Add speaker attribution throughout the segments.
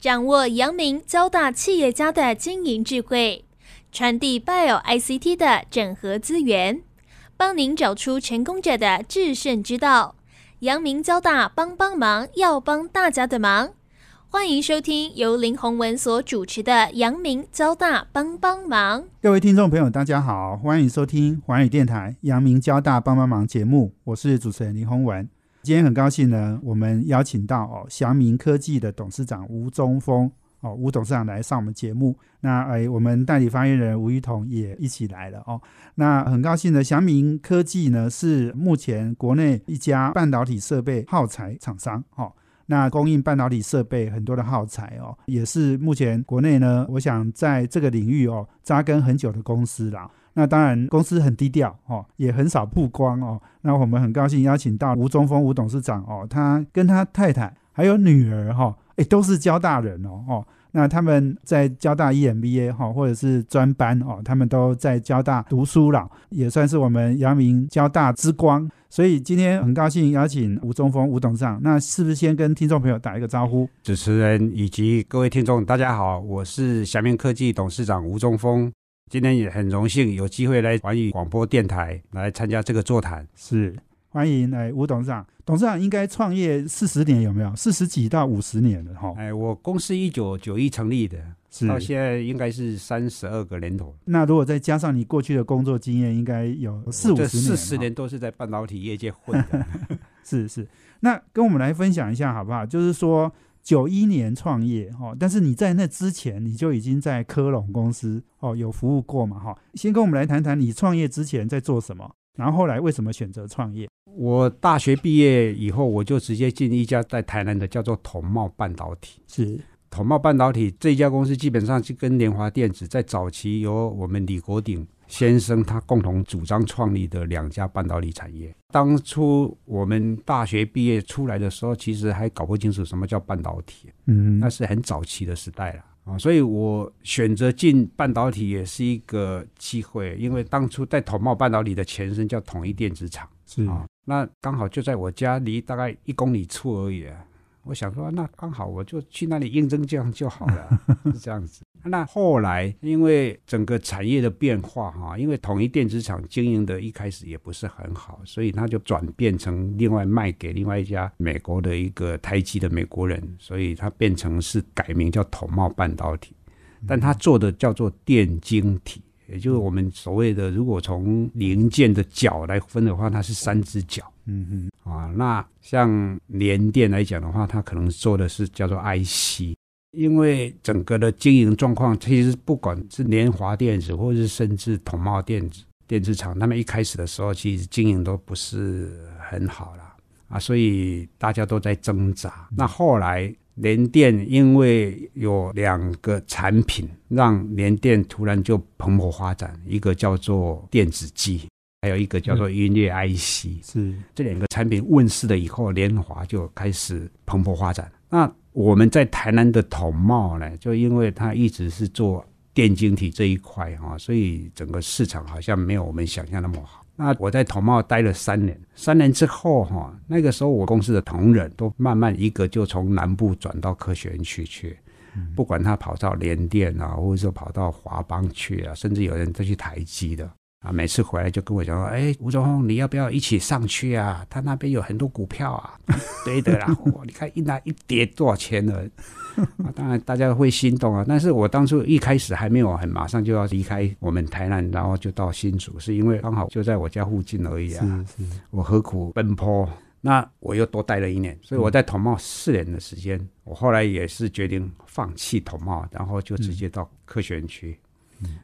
Speaker 1: 掌握阳明交大企业家的经营智慧，传递 Bio ICT 的整合资源，帮您找出成功者的制胜之道。阳明交大帮帮忙，要帮大家的忙。欢迎收听由林宏文所主持的《阳明交大帮帮忙》。
Speaker 2: 各位听众朋友，大家好，欢迎收听环宇电台阳明交大帮帮忙节目，我是主持人林宏文。今天很高兴呢，我们邀请到哦祥明科技的董事长吴中峰哦吴董事长来上我们节目。那哎，我们代理发言人吴玉彤也一起来了哦。那很高兴呢，祥明科技呢是目前国内一家半导体设备耗材厂商哦。那供应半导体设备很多的耗材哦，也是目前国内呢，我想在这个领域哦扎根很久的公司啦。那当然，公司很低调哦，也很少曝光哦。那我们很高兴邀请到吴中峰吴董事长哦，他跟他太太还有女儿哈、哦，诶，都是交大人哦哦。那他们在交大 EMBA 哈、哦，或者是专班哦，他们都在交大读书了，也算是我们阳明交大之光。所以今天很高兴邀请吴中峰吴董事长，那是不是先跟听众朋友打一个招呼？
Speaker 3: 主持人以及各位听众，大家好，我是霞明科技董事长吴中峰。今天也很荣幸有机会来环宇广播电台来参加这个座谈。
Speaker 2: 是，欢迎哎，吴董事长。董事长应该创业四十年有没有？四十几到五十年了哈。
Speaker 3: 哎，我公司一九九一成立的，
Speaker 2: 是
Speaker 3: 到现在应该是三十二个年头，
Speaker 2: 那如果再加上你过去的工作经验，应该有四五
Speaker 3: 这
Speaker 2: 十年了
Speaker 3: 哦四
Speaker 2: 哈。
Speaker 3: 十年都是在半导体业界混 的。
Speaker 2: 是是，那跟我们来分享一下好不好？就是说九一年创业哦，但是你在那之前你就已经在科隆公司哦有服务过嘛哈、先跟我们来谈谈你创业之前在做什么，然后后来为什么选择创业？
Speaker 3: 我大学毕业以后，我就直接进一家在台南的叫做统茂半导体。
Speaker 2: 是
Speaker 3: 统茂半导体这家公司基本上是跟联华电子在早期由我们李国鼎先生他共同主张创立的两家半导体产业。当初我们大学毕业出来的时候，其实还搞不清楚什么叫半导体，
Speaker 2: 嗯，
Speaker 3: 那是很早期的时代了。啊，所以我选择进半导体也是一个机会，因为当初在统茂半导体的前身叫统一电子厂。
Speaker 2: 是
Speaker 3: 啊、那刚好就在我家离大概一公里处而已、啊。我想说，那刚好我就去那里应征这样就好了，是这样子。那后来因为整个产业的变化哈、因为统一电子厂经营的一开始也不是很好，所以它就转变成另外卖给另外一家美国的一个台积的美国人，所以它变成是改名叫统茂半导体。但它做的叫做电晶体，也就是我们所谓的，如果从零件的角来分的话，它是三只脚
Speaker 2: 嗯嗯
Speaker 3: 啊。那像联电来讲的话，它可能做的是叫做 IC，因为整个的经营状况，其实不管是联华电子，或是甚至统茂电子电子厂，他们一开始的时候，其实经营都不是很好啦。啊，所以大家都在挣扎。那后来联电因为有两个产品，让联电突然就蓬勃发展，一个叫做电子机，还有一个叫做音乐 IC、
Speaker 2: 是
Speaker 3: 这两个产品问世了以后，联华就开始蓬勃发展。那我们在台南的统茂呢，就因为它一直是做电晶体这一块哈、所以整个市场好像没有我们想象那么好。那我在统茂待了三年，三年之后哈、那个时候我公司的同仁都慢慢一个就从南部转到科学园区去，不管他跑到联电啊，或者说跑到华邦去啊，甚至有人都去台积的。啊，每次回来就跟我讲说，哎，吴总你要不要一起上去啊？他那边有很多股票啊，一堆的啦，哦哇，你看一拿一叠多少钱呢？啊，当然大家会心动啊。但是我当初一开始还没有很马上就要离开我们台南，然后就到新竹，是因为刚好就在我家附近而已
Speaker 2: 是
Speaker 3: 啊。
Speaker 2: 是
Speaker 3: 我何苦奔波？那我又多待了一年，所以我在统茂四年的时间，我后来也是决定放弃统茂，然后就直接到科学园区。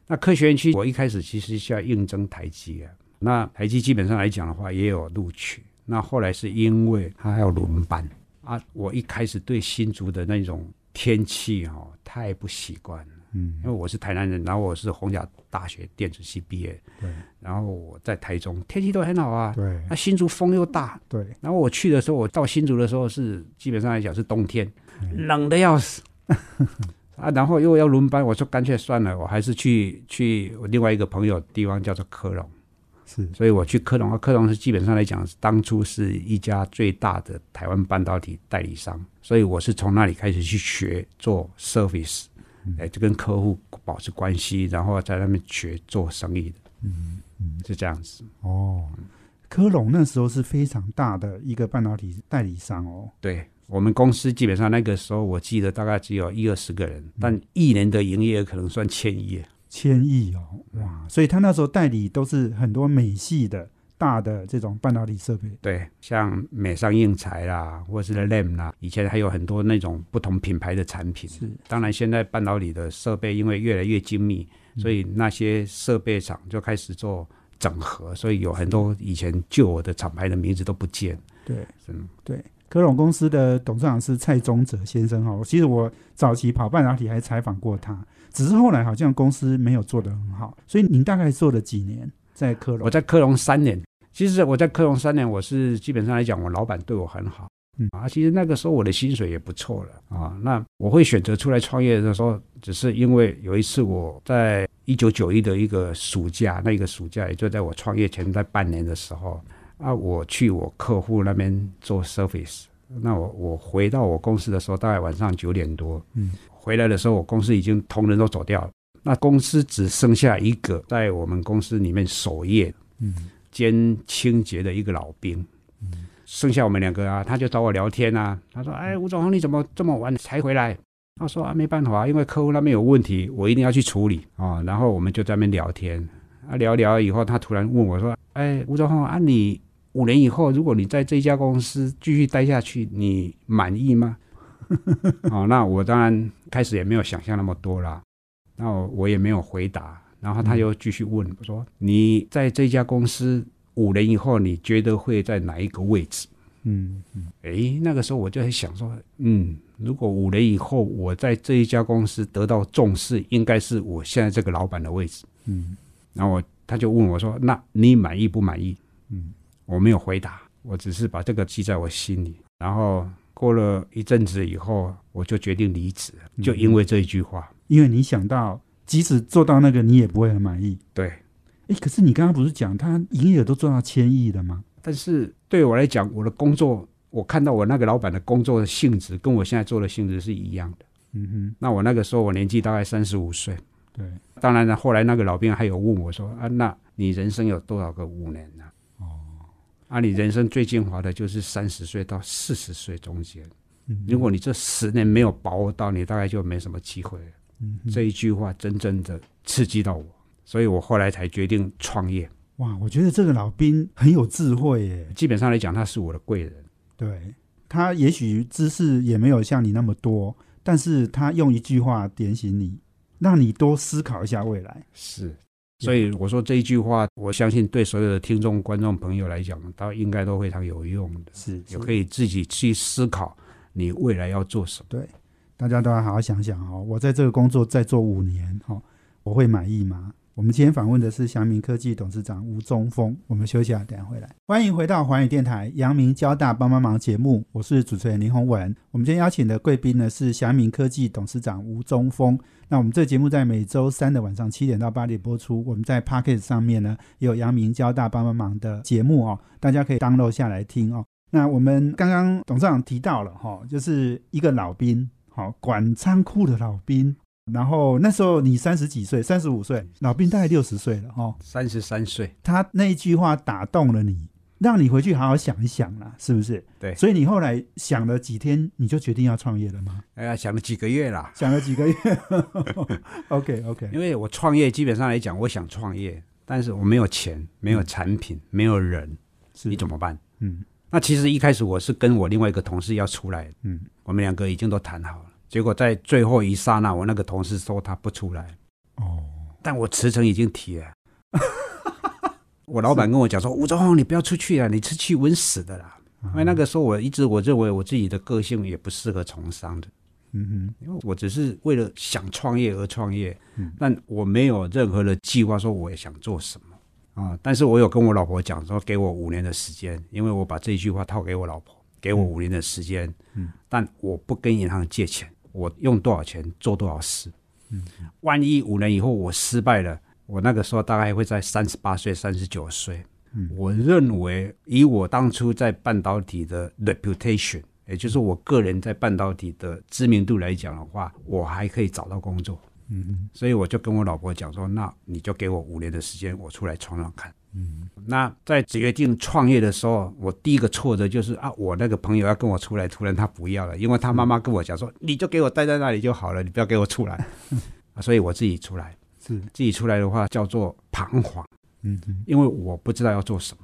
Speaker 3: 那科学园区，我一开始其实是要应征台积啊，那台积基本上来讲的话也有录取，那后来是因为它还要轮班啊，我一开始对新竹的那种天气哈、哦、太不习惯了。
Speaker 2: 嗯
Speaker 3: 因为我是台南人，然后我是红甲大学电子系毕业，
Speaker 2: 对，
Speaker 3: 然后我在台中，天气都很好啊，
Speaker 2: 对
Speaker 3: 那新竹风又大，
Speaker 2: 对
Speaker 3: 然后我去的时候，我到新竹的时候是基本上来讲是冬天，
Speaker 2: 嗯
Speaker 3: 冷的要死 啊，然后又要轮班，我说干脆算了，我还是去去我另外一个朋友地方叫做科隆，
Speaker 2: 是
Speaker 3: 所以我去科隆，啊科隆是基本上来讲，当初是一家最大的台湾半导体代理商，所以我是从那里开始去学做 service，哎，
Speaker 2: 嗯
Speaker 3: 就跟客户保持关系，然后在那边学做生意的，
Speaker 2: 嗯嗯
Speaker 3: 是这样子。
Speaker 2: 哦，科隆那时候是非常大的一个半导体代理商哦，
Speaker 3: 对我们公司基本上那个时候，我记得大概只有一二十个人，但一年的营业额可能算千亿耶。
Speaker 2: 千亿哦，哇！所以他那时候代理都是很多美系的大的这种半导体设备，
Speaker 3: 对，像美商硬材啦，或是 LAM 啦，以前还有很多那种不同品牌的产品。
Speaker 2: 是
Speaker 3: 当然，现在半导体的设备因为越来越精密，所以那些设备厂就开始做整合，所以有很多以前旧的厂牌的名字都不见。
Speaker 2: 对
Speaker 3: 嗯，
Speaker 2: 对。科隆公司的董事长是蔡宗哲先生哦，其实我早期跑半导体还采访过他，只是后来好像公司没有做得很好，所以您大概做了几年在科隆？
Speaker 3: 我在科隆三年，其实我在科隆三年，我是基本上来讲，我老板对我很好。
Speaker 2: 嗯
Speaker 3: 啊，其实那个时候我的薪水也不错了啊。那我会选择出来创业的时候，只是因为有一次我在一九九一的一个暑假，那一个暑假也就在我创业前在半年的时候啊，我去我客户那边做 service。那我我回到我公司的时候，大概晚上九点多，
Speaker 2: 嗯，
Speaker 3: 回来的时候我公司已经同仁都走掉了，那公司只剩下一个在我们公司里面守夜
Speaker 2: 嗯
Speaker 3: 兼清洁的一个老兵，剩下我们两个啊，他就找我聊天啊，他说：“哎，吴总红，你怎么这么晚才回来？”他说：“啊，没办法，因为客户那边有问题，我一定要去处理啊。哦”然后我们就在那边聊天啊，聊聊以后，他突然问我说：“哎，吴总红啊，你五年以后，如果你在这家公司继续待下去，你满意吗？” 哦，那我当然开始也没有想象那么多啦，那我我也没有回答。然后他又继续问我说：“你在这家公司五年以后，你觉得会在哪一个位置
Speaker 2: 嗯嗯？”
Speaker 3: 诶，那个时候我就在想说，嗯，如果五年以后我在这一家公司得到重视，应该是我现在这个老板的位置。
Speaker 2: 嗯
Speaker 3: 然后我他就问我说：“那你满意不满意？”
Speaker 2: 嗯，
Speaker 3: 我没有回答，我只是把这个记在我心里。然后过了一阵子以后，我就决定离职了，就因为这一句话。
Speaker 2: 因为你想到，即使做到那个，你也不会很满意。
Speaker 3: 对，
Speaker 2: 诶，可是你刚刚不是讲他营业额都做到千亿了吗？
Speaker 3: 但是对我来讲，我的工作，我看到我那个老板的工作的性质跟我现在做的性质是一样的。
Speaker 2: 嗯
Speaker 3: 那我那个时候我年纪大概三十五岁，
Speaker 2: 哼，对，
Speaker 3: 当然了，后来那个老兵还有问我说：“啊，那你人生有多少个五年呢、哦，啊，你人生最精华的就是三十岁到四十岁中间，
Speaker 2: 嗯
Speaker 3: 如果你这十年没有把握到，你大概就没什么机会了。”
Speaker 2: 嗯哼
Speaker 3: 这一句话真正的刺激到我，所以我后来才决定创业。
Speaker 2: 哇，我觉得这个老兵很有智慧耶。
Speaker 3: 基本上来讲，他是我的贵人。
Speaker 2: 对他，也许知识也没有像你那么多，但是他用一句话点醒你，让你多思考一下未来。
Speaker 3: 是，所以我说这一句话，我相信对所有的听众、观众朋友来讲，他应该都非常有用的，
Speaker 2: 是
Speaker 3: 也可以自己去思考你未来要做什么。
Speaker 2: 对，大家都要好好想想哦。我在这个工作再做五年，哦，我会满意吗？我们今天访问的是祥明科技董事长吴中峰。我们休息啊，等一下回来。欢迎回到环宇电台阳明交大帮帮忙节目，我是主持人林宏文。我们今天邀请的贵宾呢是祥明科技董事长吴中峰。那我们这节目在每周三的晚上七点到八点播出。我们在 p o c k e t 上面呢也有阳明交大帮帮忙的节目哦，大家可以 download 下来听哦。那我们刚刚董事长提到了哈、就是一个老兵，好、管仓库的老兵。然后那时候你三十几岁，三十五岁，老兵大概六十岁了哈、
Speaker 3: 三十三岁，
Speaker 2: 他那一句话打动了你，让你回去好好想一想啦，是不是？
Speaker 3: 对
Speaker 2: 所以你后来想了几天，你就决定要创业了吗？
Speaker 3: 哎呀，想了几个月啦。
Speaker 2: 想了几 个月？OK OK，
Speaker 3: 因为我创业，基本上来讲，我想创业，但是我没有钱，没有产品，没有人，
Speaker 2: 是
Speaker 3: 你怎么办？
Speaker 2: 嗯
Speaker 3: 那其实一开始我是跟我另外一个同事要出来，
Speaker 2: 嗯
Speaker 3: 我们两个已经都谈好了。结果在最后一刹那，我那个同事说他不出来，
Speaker 2: 哦，
Speaker 3: 但我辞呈已经提了。 我老板跟我讲说：“吴宗宏，你不要出去啊，你出去稳死的
Speaker 2: 啊
Speaker 3: 啦。”因为那个时候我一直我认为我自己的个性也不适合从商的，
Speaker 2: 嗯
Speaker 3: 因为我只是为了想创业而创业
Speaker 2: 嗯，
Speaker 3: 但我没有任何的计划说我也想做什么啊。但是我有跟我老婆讲说，给我五年的时间，因为我把这一句话套给我老婆，给我五年的时间，
Speaker 2: 嗯
Speaker 3: 但我不跟银行借钱，我用多少钱做多少事，
Speaker 2: 嗯
Speaker 3: 万一五年以后我失败了，我那个时候大概会在三十八岁、三十九岁。
Speaker 2: 嗯
Speaker 3: 我认为以我当初在半导体的 reputation，也就是我个人在半导体的知名度来讲的话，我还可以找到工作。
Speaker 2: 嗯哼
Speaker 3: 所以我就跟我老婆讲说，那你就给我五年的时间，我出来闯闯看。
Speaker 2: 嗯，
Speaker 3: 那在决定创业的时候，我第一个挫折就是啊，我那个朋友要跟我出来，突然他不要了，因为他妈妈跟我讲说，你就给我待在那里就好了，你不要给我出来。啊所以我自己出来，
Speaker 2: 是，
Speaker 3: 自己出来的话叫做彷徨，
Speaker 2: 嗯哼
Speaker 3: 因为我不知道要做什么。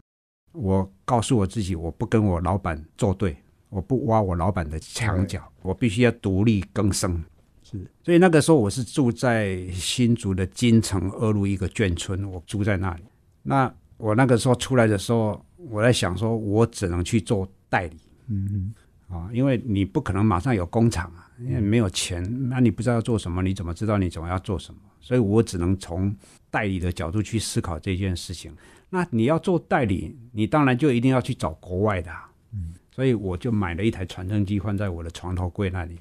Speaker 3: 我告诉我自己，我不跟我老板作对，我不挖我老板的墙角，我必须要独立更生。
Speaker 2: 是，
Speaker 3: 所以那个时候我是住在新竹的金城二路一个眷村，我住在那里。那我那个时候出来的时候，我在想说，我只能去做代理
Speaker 2: 嗯哼
Speaker 3: 啊，因为你不可能马上有工厂啊，因为没有钱，
Speaker 2: 嗯
Speaker 3: 那你不知道要做什么，你怎么知道你怎么要做什么？所以我只能从代理的角度去思考这件事情。那你要做代理，你当然就一定要去找国外的、啊，
Speaker 2: 嗯，
Speaker 3: 所以我就买了一台传真机放在我的床头柜那 里，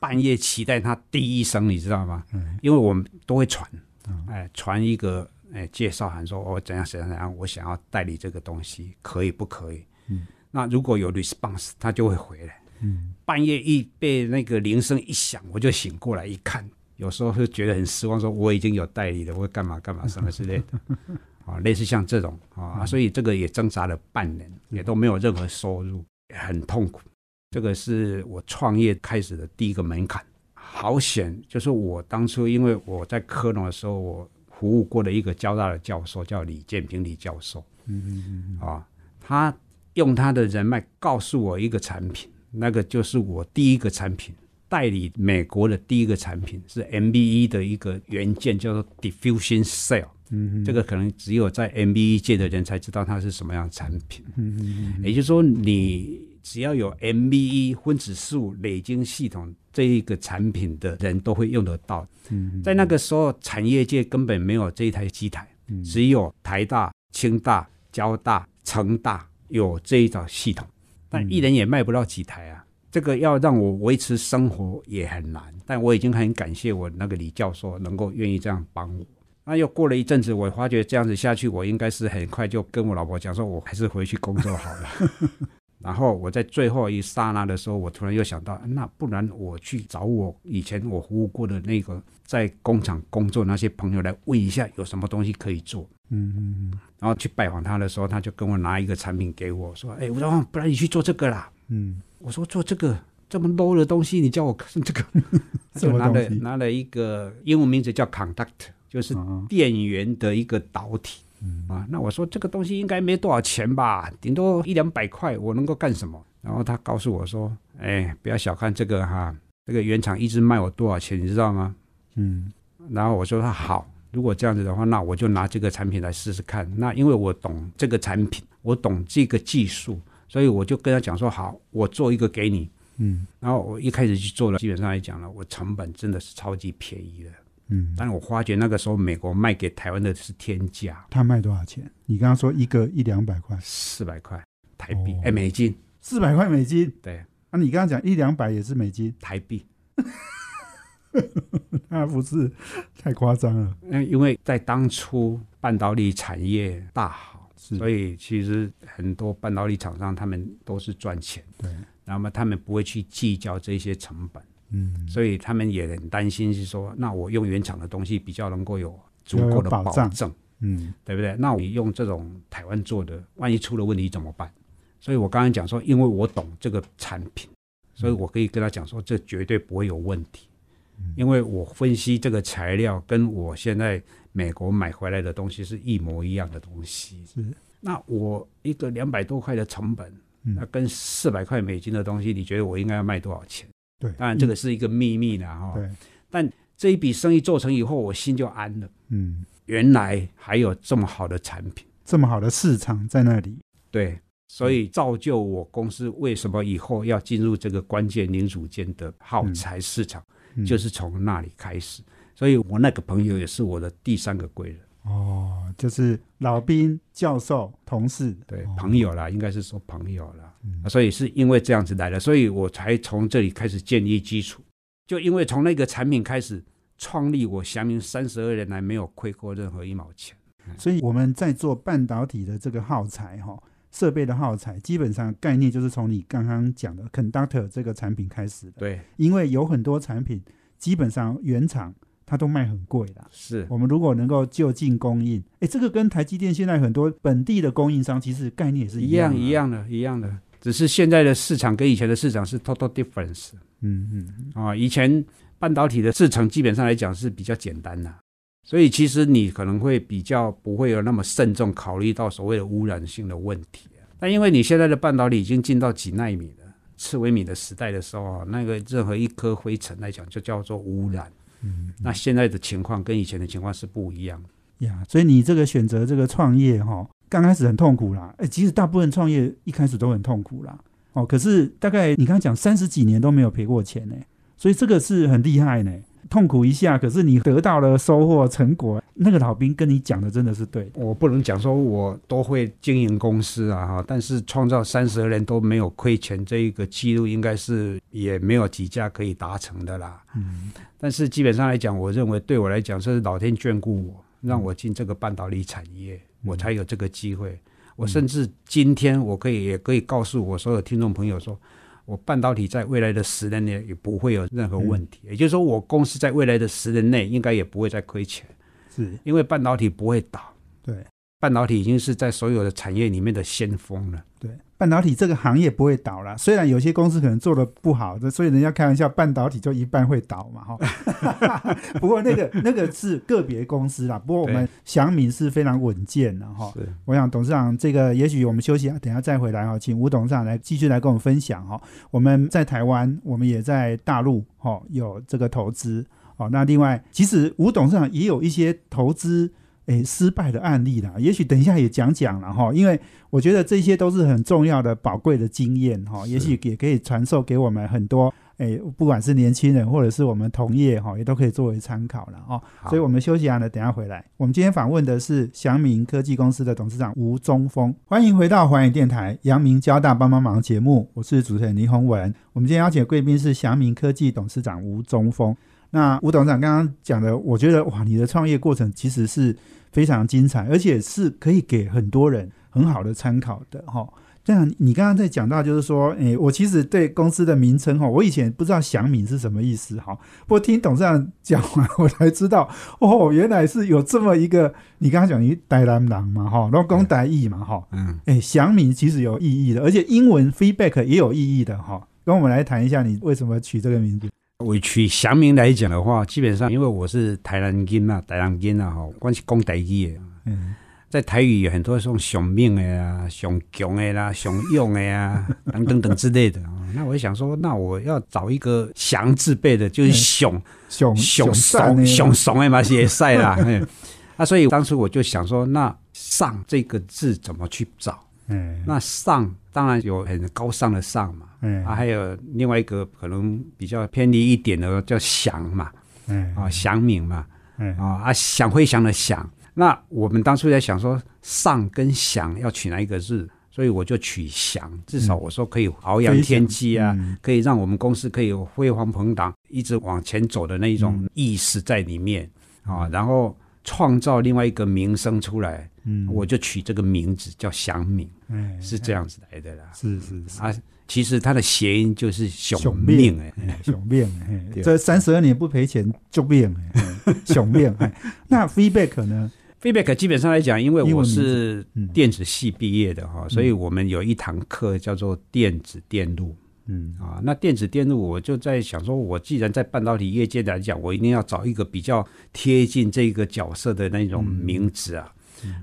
Speaker 3: 半夜期待它第一声，你知道吗？
Speaker 2: 嗯
Speaker 3: 因为我们都会传
Speaker 2: 嗯，
Speaker 3: 哎，传一个哎介绍函说，哦、怎样怎样怎样，我想要代理这个东西，可以不可以？
Speaker 2: 嗯，
Speaker 3: 那如果有 response，他就会回来。
Speaker 2: 嗯
Speaker 3: 半夜一被那个铃声一响，我就醒过来一看，有时候会觉得很失望，说我已经有代理了，我干嘛干嘛什么之类的，啊，类似像这种啊，所以这个也挣扎了半年，也都没有任何收入，很痛苦。这个是我创业开始的第一个门槛。好险，就是我当初因为我在科隆的时候，我服务过的一个交大的教授叫李建平李教授，
Speaker 2: 嗯嗯嗯
Speaker 3: 啊、他用他的人脉告诉我一个产品，那个就是我第一个产品，代理美国的第一个产品是 MBE 的一个元件，叫做 Diffusion Cell。
Speaker 2: 嗯哼，
Speaker 3: 这个可能只有在 MBE 界的人才知道它是什么样的产品。
Speaker 2: 嗯嗯嗯
Speaker 3: 也就是说，你只要有 E，MBE 分子数累积系统这一个产品的人都会用得到。
Speaker 2: 嗯，
Speaker 3: 在那个时候，产业界根本没有这一台机台。
Speaker 2: 嗯
Speaker 3: 只有台大、清大、交大、成大有这一套系统，但一人也卖不到几台
Speaker 2: 嗯
Speaker 3: 啊。这个要让我维持生活也很难，但我已经很感谢我那个李教授能够愿意这样帮我。那又过了一阵子，我发觉这样子下去，我应该是很快就跟我老婆讲说，我还是回去工作好了。 然后我在最后一刹那的时候，我突然又想到，啊那不然我去找我以前我服务过的那个在工厂工作那些朋友来问一下，有什么东西可以做。
Speaker 2: 嗯嗯嗯
Speaker 3: 然后去拜访他的时候，他就跟我拿一个产品给我，说：“哎，吴东，不然你去做这个啦。
Speaker 2: 嗯”
Speaker 3: 我说：“做这个这么 low 的东西，你叫我看这个？”他
Speaker 2: 什
Speaker 3: 就
Speaker 2: 么
Speaker 3: 拿
Speaker 2: 东
Speaker 3: 了
Speaker 2: 西
Speaker 3: 拿了一个英文名字叫 conduct，就是
Speaker 2: 啊
Speaker 3: 电源的一个导体。啊，那我说这个东西应该没多少钱吧，顶多一两百块，我能够干什么？然后他告诉我说：“哎，不要小看这个哈，这个原厂一直卖我多少钱，你知道吗？”
Speaker 2: 嗯
Speaker 3: 然后我说他好，如果这样子的话，那我就拿这个产品来试试看。那因为我懂这个产品，我懂这个技术，所以我就跟他讲说好，我做一个给你。
Speaker 2: 嗯
Speaker 3: 然后我一开始去做了，基本上来讲呢，我成本真的是超级便宜的。
Speaker 2: 嗯，
Speaker 3: 但我发觉那个时候美国卖给台湾的是天价，
Speaker 2: 他卖多少钱？你刚刚说一个一两百块，
Speaker 3: 四百块台币，
Speaker 2: 哦
Speaker 3: 哎、美金，
Speaker 2: 四百块美金。
Speaker 3: 对，
Speaker 2: 啊，你刚刚讲一两百也是美金，
Speaker 3: 台币。
Speaker 2: 那不是太夸张了？
Speaker 3: 那因为在当初半导体产业大好，
Speaker 2: 是
Speaker 3: 所以其实很多半导体厂商他们都是赚钱。
Speaker 2: 对，
Speaker 3: 那么他们不会去计较这些成本，
Speaker 2: 嗯，
Speaker 3: 所以他们也很担心，是说，那我用原厂的东西比较能够有足
Speaker 2: 要有
Speaker 3: 够的
Speaker 2: 保
Speaker 3: 保
Speaker 2: 障
Speaker 3: 证，
Speaker 2: 嗯
Speaker 3: 对不对？那你用这种台湾做的，万一出了问题怎么办？所以我刚才讲说，因为我懂这个产品，所以我可以跟他讲说，这绝对不会有问题，
Speaker 2: 嗯
Speaker 3: 因为我分析这个材料跟我现在美国买回来的东西是一模一样的东西，
Speaker 2: 是
Speaker 3: 那我一个两百多块的成本，
Speaker 2: 嗯
Speaker 3: 那跟四百块美金的东西，你觉得我应该要卖多少钱？
Speaker 2: 对，
Speaker 3: 当然，这个是一个秘密啦，哈、
Speaker 2: 嗯对，
Speaker 3: 这一笔生意做成以后，我心就安了。
Speaker 2: 嗯，
Speaker 3: 原来还有这么好的产品，
Speaker 2: 这么好的市场在那里，
Speaker 3: 对，所
Speaker 2: 嗯
Speaker 3: 以造就我公司为什么以后要进入这个关键零组件的耗材市场，
Speaker 2: 嗯
Speaker 3: 就是从那里开始。所以我那个朋友也是我的第三个贵人，
Speaker 2: 哦，就是老兵、教授、同事，
Speaker 3: 对，
Speaker 2: 哦
Speaker 3: 朋友啦，应该是说朋友啦。
Speaker 2: 嗯
Speaker 3: 所以是因为这样子来的，所以我才从这里开始建立基础。就因为从那个产品开始，创立我祥明三十二年来没有亏过任何一毛钱。
Speaker 2: 所以我们在做半导体的这个耗材哈、设备的耗材，基本上概念就是从你刚刚讲的 conductor 这个产品开始的，
Speaker 3: 对，
Speaker 2: 因为有很多产品基本上原厂它都卖很贵啦。
Speaker 3: 是
Speaker 2: 我们如果能够就近供应，诶，这个跟台积电现在很多本地的供应商其实概念也是
Speaker 3: 一
Speaker 2: 样
Speaker 3: 样
Speaker 2: 啊
Speaker 3: 一。样的，一样的。只是现在的市场跟以前的市场是 total difference
Speaker 2: 嗯嗯，
Speaker 3: 啊、以前半导体的制程基本上来讲是比较简单的、所以其实你可能会比较不会有那么慎重考虑到所谓的污染性的问题、那因为你现在的半导体已经进到几纳米了，次微米的时代的时候啊，那个任何一颗灰尘来讲就叫做污染。
Speaker 2: 嗯，
Speaker 3: 那现在的情况跟以前的情况是不一样的。
Speaker 2: 呀，所以你这个选择这个创业哈、刚开始很痛苦啦。哎，其实大部分创业一开始都很痛苦啦。哦，可是大概你刚刚讲三十几年都没有赔过钱呢，所以这个是很厉害呢。痛苦一下，可是你得到了收获成果。那个老兵跟你讲的真的是对的。
Speaker 3: 我不能讲说我都会经营公司啊哈，但是创造三十二年都没有亏钱这一个记录，应该是也没有几家可以达成的啦。
Speaker 2: 嗯，
Speaker 3: 但是基本上来讲，我认为对我来讲，这是老天眷顾我，让我进这个半导体产业，我才有这个机会。我甚至今天我可以也可以告诉我所有听众朋友说，我半导体在未来的十年内也不会有任何问题，也就是说，我公司在未来的十年内应该也不会再亏钱，
Speaker 2: 是
Speaker 3: 因为半导体不会倒。
Speaker 2: 对
Speaker 3: 半导体已经是在所有的产业里面的先锋了。
Speaker 2: 对，半导体这个行业不会倒啦。虽然有些公司可能做的不好，所以人家开玩笑，半导体就一半会倒嘛，哈、 不过那个那个是个别公司啦，不过我们祥敏是非常稳健的哈、
Speaker 3: 是，
Speaker 2: 我想董事长，这个也许我们休息，等一下再回来哈、请吴董事长来继续来跟我们分享哈、我们在台湾，我们也在大陆哦有这个投资哦。那另外，其实吴董事长也有一些投资诶失败的案例啦，也许等一下也讲讲了哈、因为我觉得这些都是很重要的宝贵的经验哈、
Speaker 3: 是
Speaker 2: 也许也可以传授给我们很多。诶，不管是年轻人或者是我们同业哈、也都可以作为参考了哦。
Speaker 3: 好
Speaker 2: 所以我们休息啊呢，等一下回来。我们今天访问的是祥明科技公司的董事长吴中峰，欢迎回到环宇电台阳明交大帮帮忙节目，我是主持人林宏文。我们今天邀请的贵宾是祥明科技董事长吴中峰。那吴董事长刚刚讲的，我觉得哇，你的创业过程其实是非常精彩，而且是可以给很多人很好的参考的哈、哦。这样，你刚刚在讲到，就是说，诶，我其实对公司的名称哈、哦，我以前不知道“祥敏”是什么意思哈、不过听董事长讲完，我才知道哦，原来是有这么一个。你刚刚讲你台南人嘛哈，然后讲台语嘛哈，
Speaker 3: 嗯，
Speaker 2: 诶，祥敏其实有意义的，而且英文 feedback 也有意义的哈、跟我们来谈一下你为什么取这个名字。
Speaker 3: 我取祥明来讲的话，基本上因为我是台南音啊，台南音啊，哈，关系讲台语的，
Speaker 2: 嗯，
Speaker 3: 在台语有很多种上命的啊、上强的啦、上用的 啊，等等等之类的啊。那我就想说，那我要找一个祥字辈的，就是熊
Speaker 2: 熊
Speaker 3: 熊
Speaker 2: 嗯善
Speaker 3: 怂
Speaker 2: 呢？
Speaker 3: 熊怂的嘛，也赛啦。 嘿啊，所以当时我就想说，那上这个字怎么去找？
Speaker 2: 嗯，
Speaker 3: 那上当然有很高尚的上嘛，
Speaker 2: 嗯
Speaker 3: 啊，还有另外一个可能比较偏离一点的叫祥嘛，
Speaker 2: 嗯
Speaker 3: 啊，祥敏嘛，
Speaker 2: 嗯
Speaker 3: 啊啊，想会想的想。那我们当初在想说，上跟想要取哪一个字，所以我就取祥，至少我说可以翱扬天际啊，
Speaker 2: 嗯
Speaker 3: 可以让我们公司可以有辉煌鹏达，一直往前走的那一种
Speaker 2: 嗯
Speaker 3: 意识在里面啊，然后创造另外一个名声出来，
Speaker 2: 嗯，
Speaker 3: 我就取这个名字叫祥敏，
Speaker 2: 哎
Speaker 3: 是这样子来的啦。
Speaker 2: 是是是
Speaker 3: 啊，其实它的谐音就是
Speaker 2: 熊
Speaker 3: 熊
Speaker 2: 命
Speaker 3: 命哎，
Speaker 2: 哎，熊命哎，
Speaker 3: 对
Speaker 2: 这三十二年不赔钱就命哎， 哎熊命哎。那 feedback 呢？
Speaker 3: feedback 基本上来讲，因为
Speaker 2: 英
Speaker 3: 我
Speaker 2: 文名字
Speaker 3: 是
Speaker 2: 嗯
Speaker 3: 电子系毕业的哈、所以我们有一堂课叫做电子电路
Speaker 2: 嗯
Speaker 3: 啊。那电子电路，我就在想说，我既然在半导体业界来讲，我一定要找一个比较贴近这个角色的那
Speaker 2: 嗯
Speaker 3: 种名字啊。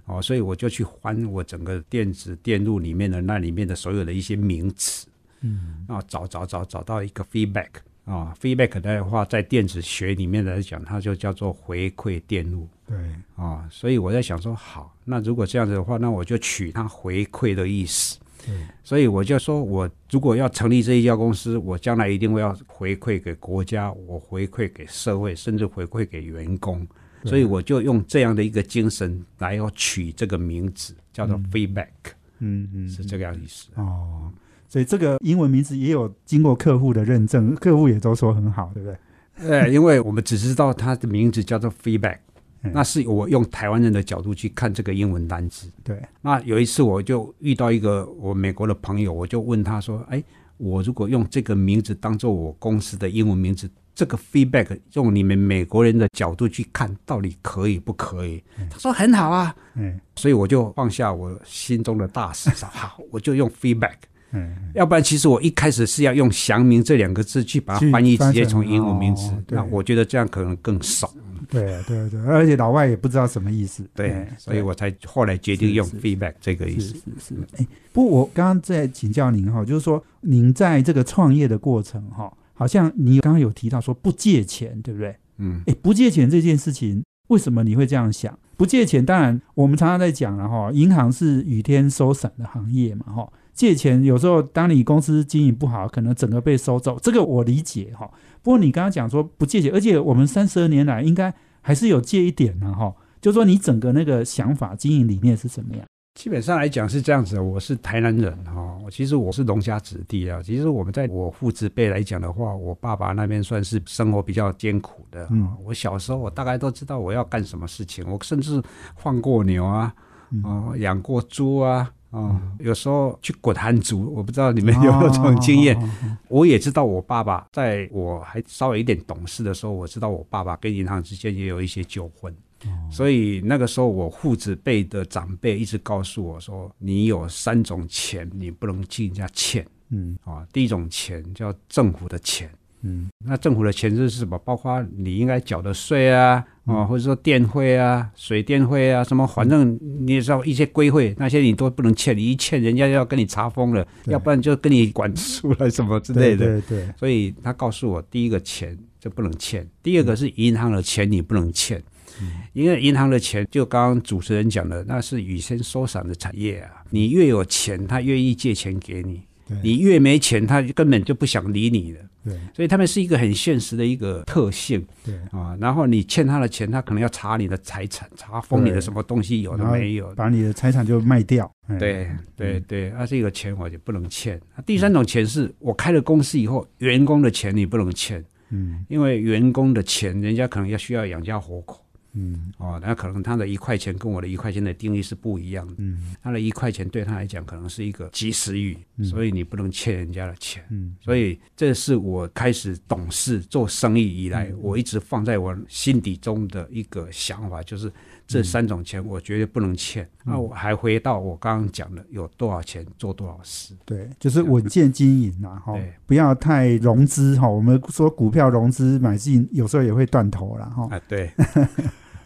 Speaker 3: 哦，所以我就去翻我整个电子电路里面的那里面的所有的一些名词，
Speaker 2: 嗯
Speaker 3: 啊，找找找找到一个 feedback 啊，feedback 的话，在电子学里面来讲，它就叫做回馈电路。
Speaker 2: 对，
Speaker 3: 啊、所以我在想说，好，那如果这样子的话，那我就取它回馈的意思。
Speaker 2: 对，
Speaker 3: 所以我就说，我如果要成立这一家公司，我将来一定会要回馈给国家，我回馈给社会，甚至回馈给员工。
Speaker 2: 对
Speaker 3: 所以我就用这样的一个精神来要取这个名字，叫做
Speaker 2: 嗯
Speaker 3: feedback，、
Speaker 2: 嗯嗯
Speaker 3: 是这个样意思。
Speaker 2: 哦。所以这个英文名字也有经过客户的认证，客户也都说很好，对不对？
Speaker 3: 呃，因为我们只知道它的名字叫做 feedback，
Speaker 2: 嗯
Speaker 3: 那是我用台湾人的角度去看这个英文单词。
Speaker 2: 对，
Speaker 3: 那有一次我就遇到一个我美国的朋友，我就问他说：“哎，我如果用这个名字当做我公司的英文名字，这个 feedback 用你们美国人的角度去看，到底可以不可以？”他说：“很好啊。
Speaker 2: 嗯”
Speaker 3: 所以我就放下我心中的大石，说：“ 好，我就用 feedback。”
Speaker 2: 嗯，
Speaker 3: 要不然，其实我一开始是要用“祥明”这两个字去把它翻译，
Speaker 2: 去翻
Speaker 3: 直
Speaker 2: 成
Speaker 3: 接从英文名字。
Speaker 2: 哦对
Speaker 3: 那我觉得这样可能更爽，
Speaker 2: 嗯对对对，而且老外也不知道什么意思，
Speaker 3: 对
Speaker 2: 嗯，
Speaker 3: 所以我才后来决定用
Speaker 2: 是是
Speaker 3: feedback 这个意
Speaker 2: 是
Speaker 3: 思。
Speaker 2: 是是，哎，不过我刚刚在请教您哈，就是说您在这个创业的过程哈，好像你刚刚有提到说不借钱，对不对？
Speaker 3: 嗯，
Speaker 2: 哎，不借钱这件事情，为什么你会这样想？不借钱，当然我们常常在讲了哈，银行是雨天收伞的行业嘛哈，借钱有时候当你公司经营不好，可能整个被收走，这个我理解哈。不过你刚刚讲说不借钱，而且我们三十二年来应该还是有借一点呢哈，就说你整个那个想法、经营理念是什么样？
Speaker 3: 基本上来讲是这样子。我是台南人哈、哦，我其实我是龙虾子弟啊。其实我们在我父子辈来讲的话，我爸爸那边算是生活比较艰苦的。
Speaker 2: 嗯
Speaker 3: 我小时候我大概都知道我要干什么事情，我甚至放过牛啊，
Speaker 2: 嗯
Speaker 3: 哦，养过猪啊。哦，有时候去滚寒族，我不知道你们有没有这种经验。
Speaker 2: 哦，哦哦哦
Speaker 3: 我也知道我爸爸在我还稍微一点懂事的时候，我知道我爸爸跟银行之间也有一些纠纷，
Speaker 2: 哦
Speaker 3: 所以那个时候我父子辈的长辈一直告诉我说，你有三种钱你不能进人家欠
Speaker 2: 嗯
Speaker 3: 啊、第一种钱叫政府的钱，
Speaker 2: 嗯
Speaker 3: 那政府的钱是什么？包括你应该缴的税啊，
Speaker 2: 嗯
Speaker 3: 哦，或者说电费啊、水电费啊，什么，反正你也知道一些规费那些你都不能欠，你一欠人家要跟你查封了，
Speaker 2: 对
Speaker 3: 要不然就跟你管束了什么之类的。
Speaker 2: 对对对，
Speaker 3: 所以他告诉我，第一个钱就不能欠，第
Speaker 2: 嗯
Speaker 3: 二个是银行的钱你不能欠，因为银行的钱就刚刚主持人讲的，那是雨先收伞的产业啊，你越有钱，他愿意借钱给你
Speaker 2: 嗯对；
Speaker 3: 你越没钱，他根本就不想理你了。
Speaker 2: 对
Speaker 3: 所以他们是一个很现实的一个特性
Speaker 2: 对，
Speaker 3: 啊。然后你欠他的钱，他可能要查你的财产，查封你的
Speaker 2: 对
Speaker 3: 什么东西有的
Speaker 2: 然后
Speaker 3: 没有。
Speaker 2: 把你的财产就卖掉，哎
Speaker 3: 对对
Speaker 2: 嗯
Speaker 3: 对，啊那、这个钱我就不能欠。那第三种钱是我开了公司以后，员工的钱你不能欠，
Speaker 2: 嗯
Speaker 3: 因为员工的钱人家可能要需要养家活口
Speaker 2: 嗯
Speaker 3: 哦，那可能他的一块钱跟我的一块钱的定义是不一样的。
Speaker 2: 嗯
Speaker 3: 他的一块钱对他来讲可能是一个及时雨，
Speaker 2: 嗯
Speaker 3: 所以你不能欠人家的钱。
Speaker 2: 嗯，
Speaker 3: 所以这是我开始懂事做生意以来，
Speaker 2: 嗯
Speaker 3: 我一直放在我心底中的一个想法，就是这三种
Speaker 2: 嗯
Speaker 3: 钱我绝对不能欠。那我还回到我刚刚讲的，有多少钱做多少事。
Speaker 2: 对，就是稳健经营啦，哈
Speaker 3: 对，
Speaker 2: 不要太融资哈。我们说股票融资买进，有时候也会断头啦，哈。
Speaker 3: 啊，对，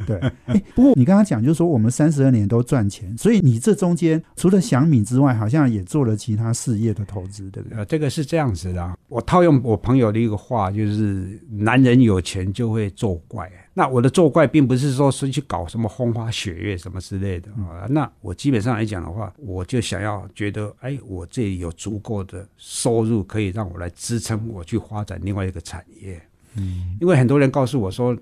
Speaker 2: 对，哎，不过你刚刚讲，就是说我们三十二年都赚钱，所以你这中间除了祥米之外，好像也做了其他事业的投资，对不对？
Speaker 3: 呃，这个是这样子的啊。我套用我朋友的一个话，就是男人有钱就会作怪。那我的作怪并不是说是去搞什么风花雪月什么之类的啊。那我基本上来讲的话，我就想要觉得，哎，我这里有足够的收入可以让我来支撑我去发展另外一个产业。
Speaker 2: 嗯，
Speaker 3: 因为很多人告诉我说，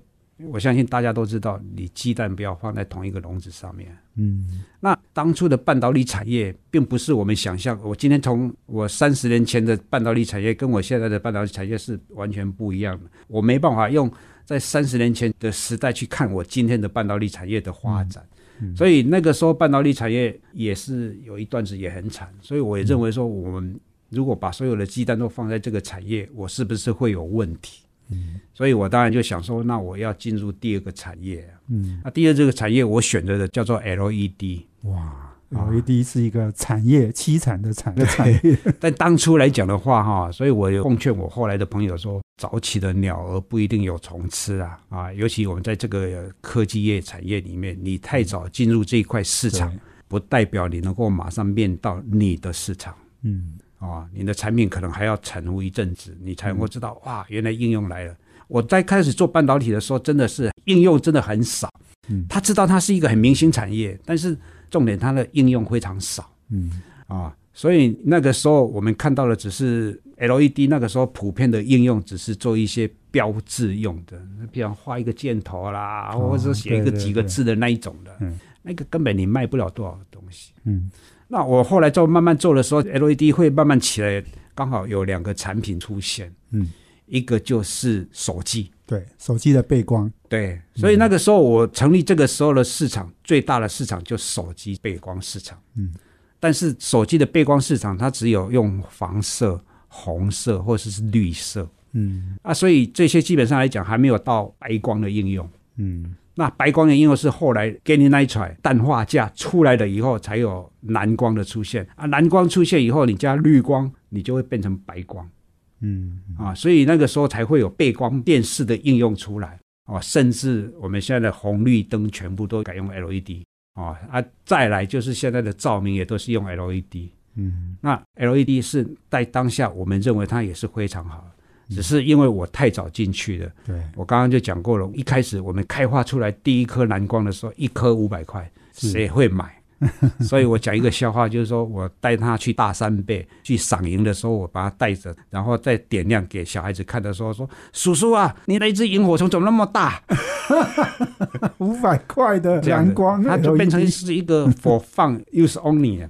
Speaker 3: 我相信大家都知道，你鸡蛋不要放在同一个笼子上面。
Speaker 2: 嗯
Speaker 3: 那当初的半导体产业，并不是我们想象。我今天从我三十年前的半导体产业，跟我现在的半导体产业是完全不一样的。我没办法用在三十年前的时代去看我今天的半导体产业的发展。
Speaker 2: 嗯
Speaker 3: 所以那个时候半导体产业也是有一段子也很惨，所以我也认为说，我们如果把所有的鸡蛋都放在这个产业，我是不是会有问题？
Speaker 2: 嗯
Speaker 3: 所以我当然就想说，那我要进入第二个产业。
Speaker 2: 嗯，
Speaker 3: 那第二这个产业，我选择的叫做 E LED。
Speaker 2: 哇，LED
Speaker 3: 啊
Speaker 2: 是一个产业凄惨的产产业，
Speaker 3: 但当初来讲的话，哈，所以我有奉劝我后来的朋友说，早起的鸟儿不一定有虫吃啊啊！尤其我们在这个科技业产业里面，你太早进入这一块 市场，不代表你能够马上面到你的市场
Speaker 2: 嗯
Speaker 3: 啊。你的产品可能还要产乎一阵子，你才能够知道、哇，原来应用来了。我在开始做半导体的时候，真的是应用真的很少。
Speaker 2: 嗯
Speaker 3: 他知道它是一个很明星产业，但是重点它的应用非常少。
Speaker 2: 嗯
Speaker 3: 啊，所以那个时候我们看到的只是 LED，那个时候普遍的应用只是做一些标志用的，比方画一个箭头啦，
Speaker 2: 哦
Speaker 3: 或者说写一个
Speaker 2: 对对
Speaker 3: 几个字的那一种的，
Speaker 2: 嗯
Speaker 3: 那个根本你卖不了多少东西。
Speaker 2: 嗯
Speaker 3: 那我后来做慢慢做的时候，LED 会慢慢起来，刚好有两个产品出现，
Speaker 2: 嗯，
Speaker 3: 一个就是手机。
Speaker 2: 对，手机的背光，
Speaker 3: 对，所以那个时候我成立这个时候的市场，最大的市场就手机背光市场。
Speaker 2: 嗯，
Speaker 3: 但是手机的背光市场，它只有用黄色、红色或者是绿色
Speaker 2: 嗯
Speaker 3: 啊，所以这些基本上来讲还没有到白光的应用。
Speaker 2: 嗯
Speaker 3: 那白光的应用是后来 gallium nitride 氮化镓出来了以后，才有蓝光的出现啊。蓝光出现以后，你加绿光，你就会变成白光
Speaker 2: 嗯
Speaker 3: 啊。所以那个时候才会有背光电视的应用出来啊，甚至我们现在的红绿灯全部都改用 LED 啊啊。再来就是现在的照明也都是用 LED。
Speaker 2: 嗯
Speaker 3: 那 LED 是在当下我们认为它也是非常好的，只是因为我太早进去了。
Speaker 2: 对，
Speaker 3: 我刚刚就讲过了，一开始我们开发出来第一颗蓝光的时候，一颗五百块，
Speaker 2: 是
Speaker 3: 谁 会买？所以我讲一个笑话，就是说我带他去大山背去赏萤的时候，我把他带着，然后再点亮给小孩子看的时候，说：“叔叔啊，你那一只萤火虫怎么那么大
Speaker 2: 五百块 的？”
Speaker 3: 这样子
Speaker 2: 蓝光，
Speaker 3: 它就变成
Speaker 2: LED
Speaker 3: 是一个 for fun use only 的。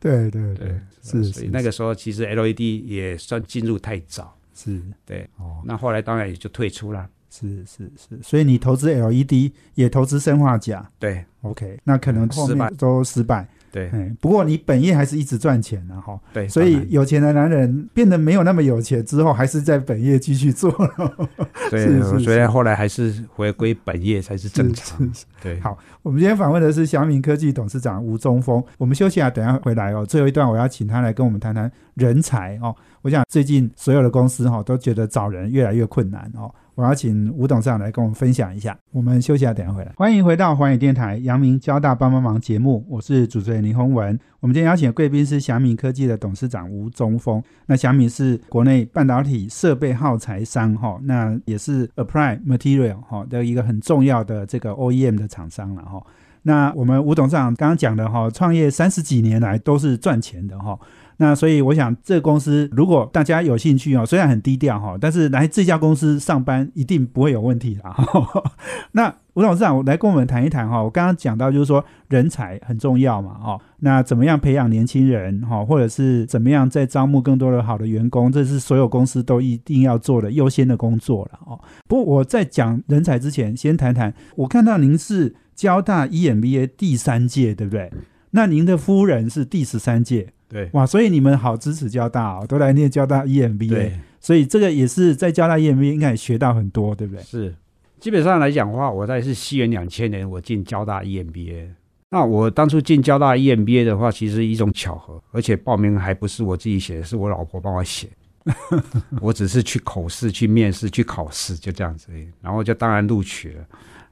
Speaker 2: 对对
Speaker 3: 对
Speaker 2: 对，，是
Speaker 3: 所以
Speaker 2: 是
Speaker 3: 那个时候其实 LED 也算进入太早，
Speaker 2: 是
Speaker 3: 对，
Speaker 2: 哦，
Speaker 3: 那后来当然也就退出了。
Speaker 2: 是是是，所以你投资 LED 也投资生化钾
Speaker 3: 对
Speaker 2: ，OK，那可能后
Speaker 3: 失败
Speaker 2: 面都失败，
Speaker 3: 对
Speaker 2: 哎，不过你本业还是一直赚钱的哈。
Speaker 3: 对，
Speaker 2: 所
Speaker 3: 当
Speaker 2: 以
Speaker 3: 然
Speaker 2: 有钱的男人变得没有那么有钱之后，还是在本业继续做了。
Speaker 3: 对，
Speaker 2: 是
Speaker 3: 我
Speaker 2: 是
Speaker 3: 觉得后来还是回归本业才是正
Speaker 2: 是
Speaker 3: 常。对，
Speaker 2: 好我们今天访问的是祥明科技董事长吴中峰。我们休息啊，等一下回来哦。最后一段我要请他来跟我们谈谈人才哦。我想最近所有的公司哈、哦、都觉得找人越来越困难哦。我要请吴董事长来跟我们分享一下。我们休息啊，等一下回来。欢迎回到环宇电台阳明交大帮帮忙节目，我是主持人林宏文。我们今天邀请的贵宾是祥明科技的董事长吴中峰。那祥明是国内半导体设备耗材商哈、那也是 Apply Material 哈、的一个很重要的这个 OEM 的厂商了哈、那我们吴董事长刚刚讲的哈、创业三十几年来都是赚钱的哈、那所以我想，这个公司如果大家有兴趣哦，虽然很低调哈、但是来这家公司上班一定不会有问题啦。 那吴董事长来跟我们谈一谈哈、我刚刚讲到就是说人才很重要嘛哦，那怎么样培养年轻人哈、或者是怎么样再招募更多的好的员工，这是所有公司都一定要做的优先的工作了哦。不过我在讲人才之前，先谈谈，我看到您是交大 EMBA 第三届，对不对？那您的夫人是第十三届，
Speaker 3: 对
Speaker 2: 哇，所以你们好支持交大哦，都来念交大 EMBA，
Speaker 3: 对
Speaker 2: 所以这个也是在交大 EMBA 应该也学到很多，对不对？
Speaker 3: 是。基本上来讲的话，我在是西元两千年我进交大 E EMBA。那我当初进交大 E EMBA 的话，其实一种巧合，而且报名还不是我自己写的，是我老婆帮我写。 我只是去口试、去面试、去考试，就这样子而已。然后就当然录取了。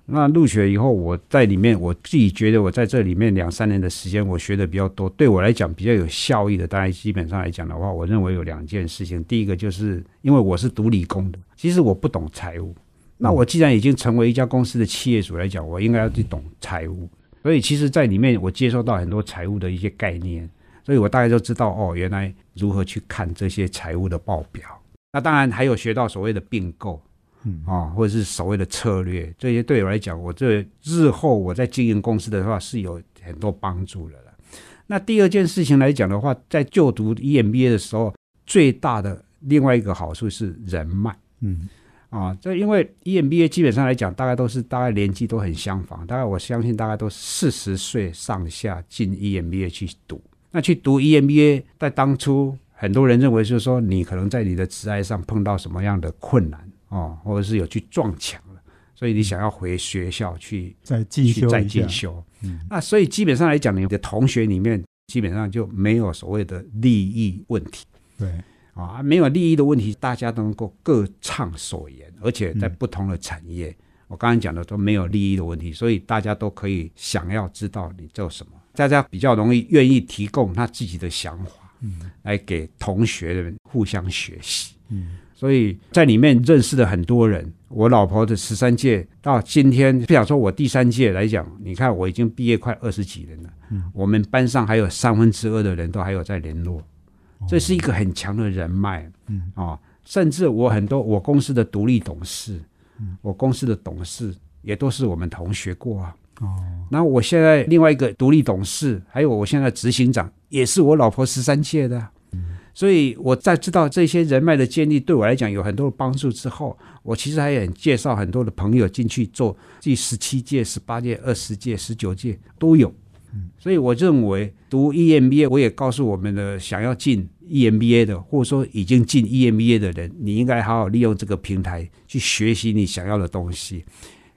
Speaker 3: 那录取了以后，我在里面，我自己觉得我在这里面两三年的时间，我学的比较多，对我来讲比较有效益的，大概基本上来讲的话，我认为有两件事情。第一个就是因为我是读理工的，其实我不懂财务。那我既然已经成为一家公司的企业主来讲，我应该要去懂财务。所以其实，在里面我接受到很多财务的一些概念，所以我大概就知道哦，原来如何去看这些财务的报表。那当然还有学到所谓的并购，
Speaker 2: 嗯
Speaker 3: 啊、或者是所谓的策略，这些对我来讲，我这日后我在经营公司的话是有很多帮助的了。那第二件事情来讲的话，在就读 E EMBA 的时候，最大的另外一个好处是人脉
Speaker 2: 嗯
Speaker 3: 啊、这因为 EMBA 基本上来讲，大概都是大概年纪都很相仿，大概我相信大概都四十岁上下进 E EMBA 去读。那去读 E EMBA，在当初很多人认为就是说，你可能在你的职涯上碰到什么样的困难哦，或者是有去撞墙了，所以你想要回学校去
Speaker 2: 再进
Speaker 3: 去
Speaker 2: 修
Speaker 3: 再
Speaker 2: 一下
Speaker 3: 进，修。
Speaker 2: 嗯
Speaker 3: 那所以基本上来讲，你的同学里面基本上就没有所谓的利益问题。
Speaker 2: 对，
Speaker 3: 啊，没有利益的问题，大家都能够各畅所言，而且在
Speaker 2: 嗯
Speaker 3: 不同的产业，我刚才讲的都没有利益的问题，所以大家都可以想要知道你做什么，大家比较容易愿意提供他自己的想法
Speaker 2: 嗯
Speaker 3: 来给同学的人互相学习。
Speaker 2: 嗯
Speaker 3: 所以在里面认识了很多人。我老婆的十三届到今天，不想说我第三届来讲，你看我已经毕业快二十几年了，
Speaker 2: 嗯
Speaker 3: 我们班上还有三分之二的人都还有在联络，这是一个很强的人脉
Speaker 2: 嗯
Speaker 3: 啊、甚至我很多我公司的独立董事，
Speaker 2: 嗯
Speaker 3: 我公司的董事也都是我们同学过啊。
Speaker 2: 哦，
Speaker 3: 那我现
Speaker 2: 嗯
Speaker 3: 在另外一个独立董事，还有我现在执行长，也是我老婆十三届的啊。所以我在知道这些人脉的建立对我来讲有很多的帮助之后，我其实还很介绍很多的朋友进去做第十七届、十八届、二十届、十九届都有。所以我认为读 E EMBA，我也告诉我们的想要进 E EMBA 的，或者说已经进 E EMBA 的人，你应该好好利用这个平台去学习你想要的东西。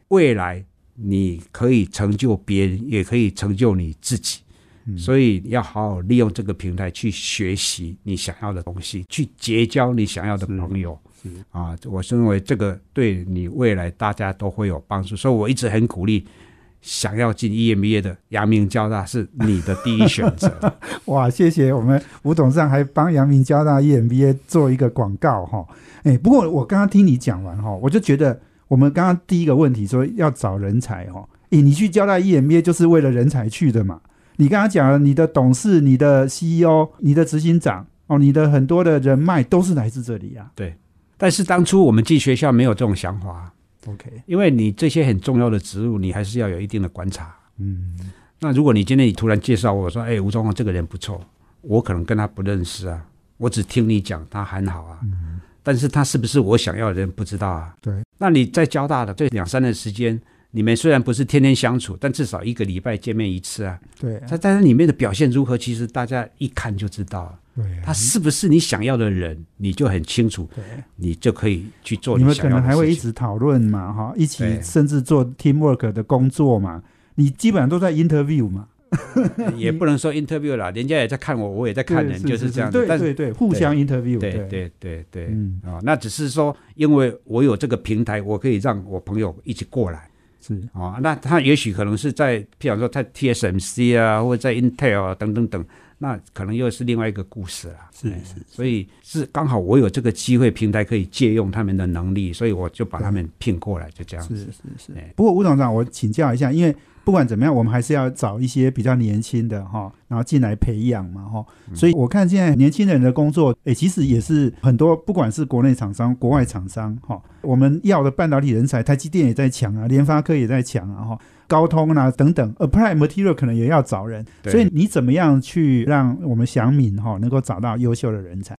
Speaker 3: 未来你可以成就别人，也可以成就你自己。
Speaker 2: 嗯
Speaker 3: 所以要好好利用这个平台去学习你想要的东西，去结交你想要的朋友
Speaker 2: 是是。
Speaker 3: 啊，我认为这个对你未来大家都会有帮助，所以我一直很鼓励想要进 E EMBA 的阳明交大是你的第一选择。
Speaker 2: 哇，谢谢我们吴董事长还帮阳明交大 E EMBA 做一个广告哈。哎，不过我刚刚听你讲完哈，我就觉得我们刚刚第一个问题说要找人才哈，哎，你去交大 EMBA 就是为了人才去的嘛。你刚刚讲了你的董事、你的 CEO、你的执行长哦，你的很多的人脉都是来自这里啊。
Speaker 3: 但是当初我们进学校没有这种想法，
Speaker 2: OK，
Speaker 3: 因为你这些很重要的职务，你还是要有一定的观察。
Speaker 2: 嗯，
Speaker 3: 那如果你今天你突然介绍我说，哎，吴宗宏这个人不错，我可能跟他不认识啊，我只听你讲他很好啊，但是他是不是我想要的人不知道啊。
Speaker 2: 对，
Speaker 3: 那你在交大的这两三年时间，你们虽然不是天天相处，但至少一个礼拜见面一次啊。
Speaker 2: 对
Speaker 3: 他在那里面的表现如何，其实大家一看就知道了，
Speaker 2: 对啊，
Speaker 3: 他是不是你想要的人，你就很清楚，
Speaker 2: 对。
Speaker 3: 你就可以去做
Speaker 2: 你们可
Speaker 3: 想要
Speaker 2: 能
Speaker 3: 的
Speaker 2: 还
Speaker 3: 事
Speaker 2: 会一
Speaker 3: 情。
Speaker 2: 直讨论嘛，哈，一起
Speaker 3: 对
Speaker 2: 甚至做 teamwork 的工作嘛。你基本上都在 interview 嘛，
Speaker 3: 也不能说 interview 啦，人家也在看我，我也在看
Speaker 2: 对
Speaker 3: 人，就是这样子。
Speaker 2: 对
Speaker 3: 但是
Speaker 2: 对对，互相 interview，
Speaker 3: 对
Speaker 2: 对，
Speaker 3: 对对对，
Speaker 2: 嗯，
Speaker 3: 啊、那只是说，因为我有这个平台，我可以让我朋友一起过来
Speaker 2: 是
Speaker 3: 啊、那他也许可能是在，譬如说在 TSMC 啊，或者在 Intel 啊等等等，那可能又是另外一个故事了。
Speaker 2: 是
Speaker 3: 哎
Speaker 2: 是
Speaker 3: 所以是刚好我有这个机会，平台可以借用他们的能力，所以我就把他们聘过来，就这样
Speaker 2: 是
Speaker 3: 子。
Speaker 2: 是是
Speaker 3: 哎。
Speaker 2: 不过吴董事长，我请教一下，因为不管怎么样，我们还是要找一些比较年轻的哈，然后进来培养嘛哈。所以我看现在年轻人的工作，哎诶，其实也是很多，不管是国内厂商、国外厂商哈，我们要的半导体人才，台积电也在抢啊，联发科也在抢啊哈。高通啊等等，Apply Material 可能也要找人，
Speaker 3: 对
Speaker 2: 所以你怎么样去让我们祥敏哈能够找到优秀的人才？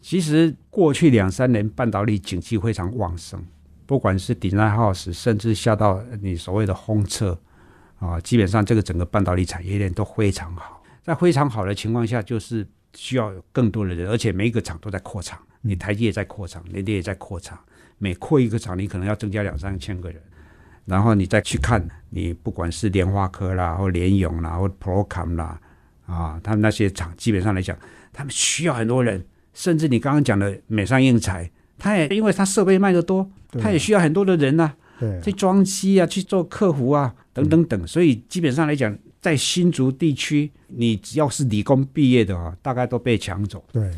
Speaker 3: 其实过去两三年半导体景气非常旺盛，不管是 design house，甚至下到你所谓的轰车啊，基本上这个整个半导体产业链都非常好。在非常好的情况下，就是需要有更多的人，而且每一个厂都在扩厂，你台积也在扩厂，联电也在扩厂，每扩一个厂，你可能要增加两三千个人。然后你再去看，你不管是联发科啦，或联咏啦，或 Procom 啦，啊，他们那些厂基本上来讲，他们需要很多人，甚至你刚刚讲的美商英才，他也因为他设备卖得多，
Speaker 2: 对啊
Speaker 3: 他也需要很多的人呐、啊
Speaker 2: 对嗯
Speaker 3: 去装机啊，去做客服啊，等等等。所以基本上来讲，在新竹地区，你只要是理工毕业的啊，大概都被抢走。
Speaker 2: 对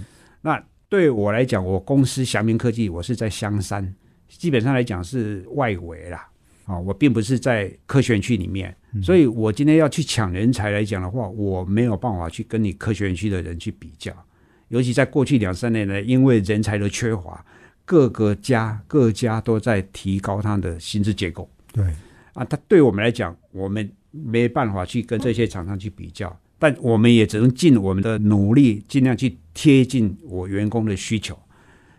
Speaker 3: 对我来讲，我公司祥明科技，我是在香山，基本上来讲是外围啦，啊，我并不是在科学园区里面，所以我今天要去抢人才来讲的话，我没有办法去跟你科学园区的人去比较，尤其在过去两三年呢，因为人才的缺乏，各个家各家都在提高他的薪资结构，
Speaker 2: 对
Speaker 3: 啊，它对我们来讲，我们没办法去跟这些厂商去比较，但我们也只能尽我们的努力，尽量去贴近我员工的需求。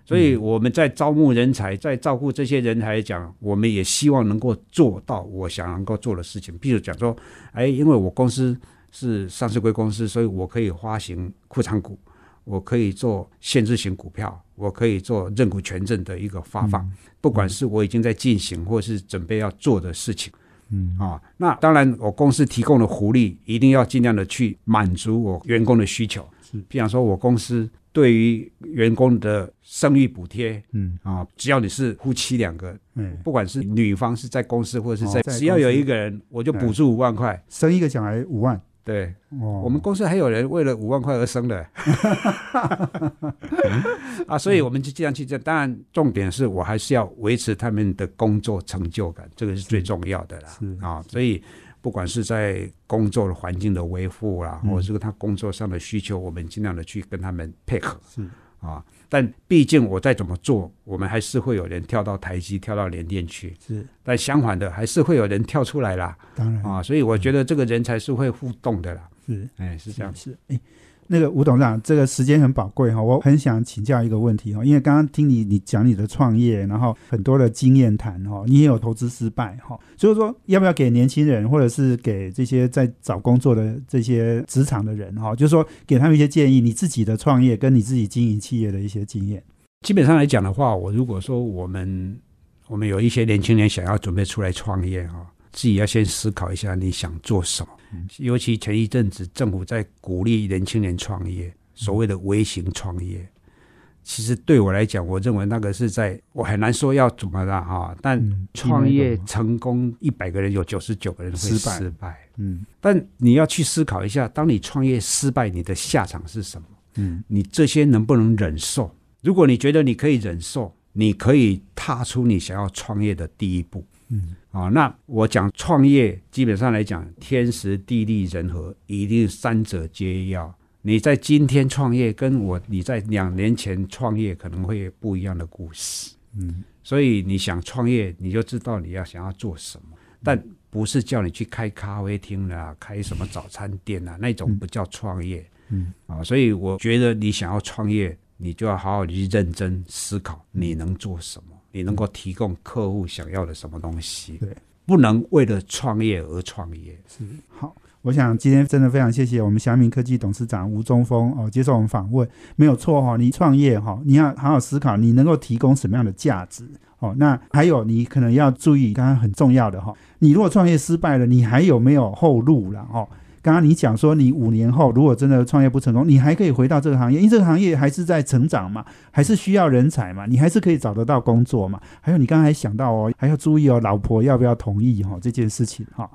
Speaker 3: 所以我们在招募人才，在照顾这些人才来讲，我们也希望能够做到我想能够做的事情。譬如讲说，哎，因为我公司是上市贵公司，所以我可以发行库藏股，我可以做限制型股票，我可以做认股权证的一个发放。
Speaker 2: 嗯
Speaker 3: 不管是我已经在进行或是准备要做的事情
Speaker 2: 嗯
Speaker 3: 啊、那当然我公司提供的福利一定要尽量的去满足我员工的需求
Speaker 2: 是，
Speaker 3: 比方说我公司对于员工的生育补贴
Speaker 2: 嗯
Speaker 3: 啊、只要你是夫妻两个，
Speaker 2: 哎，
Speaker 3: 不管是女方是在公司或者是在，
Speaker 2: 哦在公司
Speaker 3: 只要有一个人，我就补助五万块。
Speaker 2: 生一个小孩五万
Speaker 3: 对
Speaker 2: 哦，
Speaker 3: 我们公司还有人为了五万块而生的， 啊，所以我们就尽量去这。当然，重点是我还是要维持他们的工作成就感，这个是最重要的啦。
Speaker 2: 是
Speaker 3: 啊，所以不管是在工作的环境的维护啦，
Speaker 2: 嗯
Speaker 3: 或者是他工作上的需求，我们尽量的去跟他们配合
Speaker 2: 是
Speaker 3: 啊。但毕竟我再怎么做，我们还是会有人跳到台积、跳到联电去。
Speaker 2: 是
Speaker 3: 但相反的，还是会有人跳出来啦
Speaker 2: 当然
Speaker 3: 哦啊。所以我觉得这个人才是会互动的啦。
Speaker 2: 嗯是
Speaker 3: 哎，是这样。
Speaker 2: 是哎，那个吴董事长，这个时间很宝贵哈，我很想请教一个问题哈，因为刚刚听你你讲你的创业，然后很多的经验谈哈，你也有投资失败哈，所以说要不要给年轻人或者是给这些在找工作的这些职场的人哈，就是说给他们一些建议，你自己的创业跟你自己经营企业的一些经验。
Speaker 3: 基本上来讲的话，我如果说我们我们有一些年轻人想要准备出来创业哈、自己要先思考一下你想做什么。
Speaker 2: 嗯
Speaker 3: 尤其前一阵子政府在鼓励年轻人创
Speaker 2: 嗯
Speaker 3: 业，所谓的微型创业，其实对我来讲，我认为那个是在我很难说要怎么了哈、但
Speaker 2: 嗯
Speaker 3: 创业成功一百个人有九十九个人会
Speaker 2: 失败
Speaker 3: 失败，
Speaker 2: 嗯
Speaker 3: 但你要去思考一下，当你创业失败，你的下场是什么？
Speaker 2: 嗯
Speaker 3: 你这些能不能忍受？如果你觉得你可以忍受，你可以踏出你想要创业的第一步
Speaker 2: 嗯
Speaker 3: 啊、那我讲创业，基本上来讲，天时地利人和，一定三者皆要。你在今天创业，跟我你在两年前创业，可能会有不一样的故事。
Speaker 2: 嗯
Speaker 3: 所以你想创业，你就知道你要想要做什
Speaker 2: 嗯
Speaker 3: 么，但不是叫你去开咖啡厅啦、开什么早餐店啦、那种不叫创业
Speaker 2: 嗯
Speaker 3: 啊。所以我觉得你想要创业，你就要好好去认真思考
Speaker 2: 嗯
Speaker 3: 你能做什么，你能够提供客户想要的什么东西。
Speaker 2: 对，
Speaker 3: 不能为了创业而创业。
Speaker 2: 好，我想今天真的非常谢谢我们祥明科技董事长吴中峰哦，接受我们访问，没有错哈、哦。你创业哈、哦，你要好好思考你能够提供什么样的价值哦。那还有你可能要注意，刚刚很重要的哈、你如果创业失败了，你还有没有后路了哦？刚刚你讲说，你五年后如果真的创业不成功，你还可以回到这个行业，因为这个行业还是在成长嘛，还是需要人才嘛，你还是可以找得到工作嘛。还有你刚才想到哦，还要注意哦，老婆要不要同意哈、哦、这件事情哈、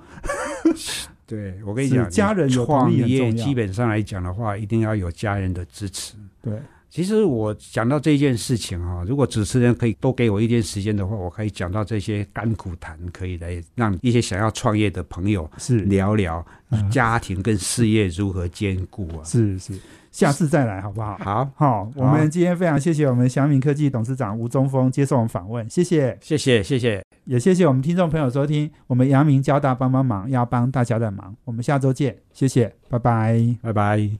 Speaker 3: 对我跟你
Speaker 2: 是
Speaker 3: 讲，
Speaker 2: 家人有
Speaker 3: 创
Speaker 2: 同意很
Speaker 3: 业
Speaker 2: 重要
Speaker 3: 基本上来讲的话，一定要有家人的支持。
Speaker 2: 对，
Speaker 3: 其实我讲到这件事情哈、如果主持人可以多给我一点时间的话，我可以讲到这些甘苦谈，可以来让一些想要创业的朋友
Speaker 2: 是
Speaker 3: 聊聊
Speaker 2: 嗯
Speaker 3: 家庭跟事业如何兼顾啊。
Speaker 2: 是是，下次再来好不好？
Speaker 3: 好，
Speaker 2: 好，我们今天非常谢谢我们祥敏科技董事长吴中峰接受我们访问，谢谢，
Speaker 3: 谢谢，谢谢。
Speaker 2: 也谢谢我们听众朋友收听，我们阳明交大帮帮忙要帮大家的忙，我们下周见，谢谢，拜拜。
Speaker 3: 拜拜。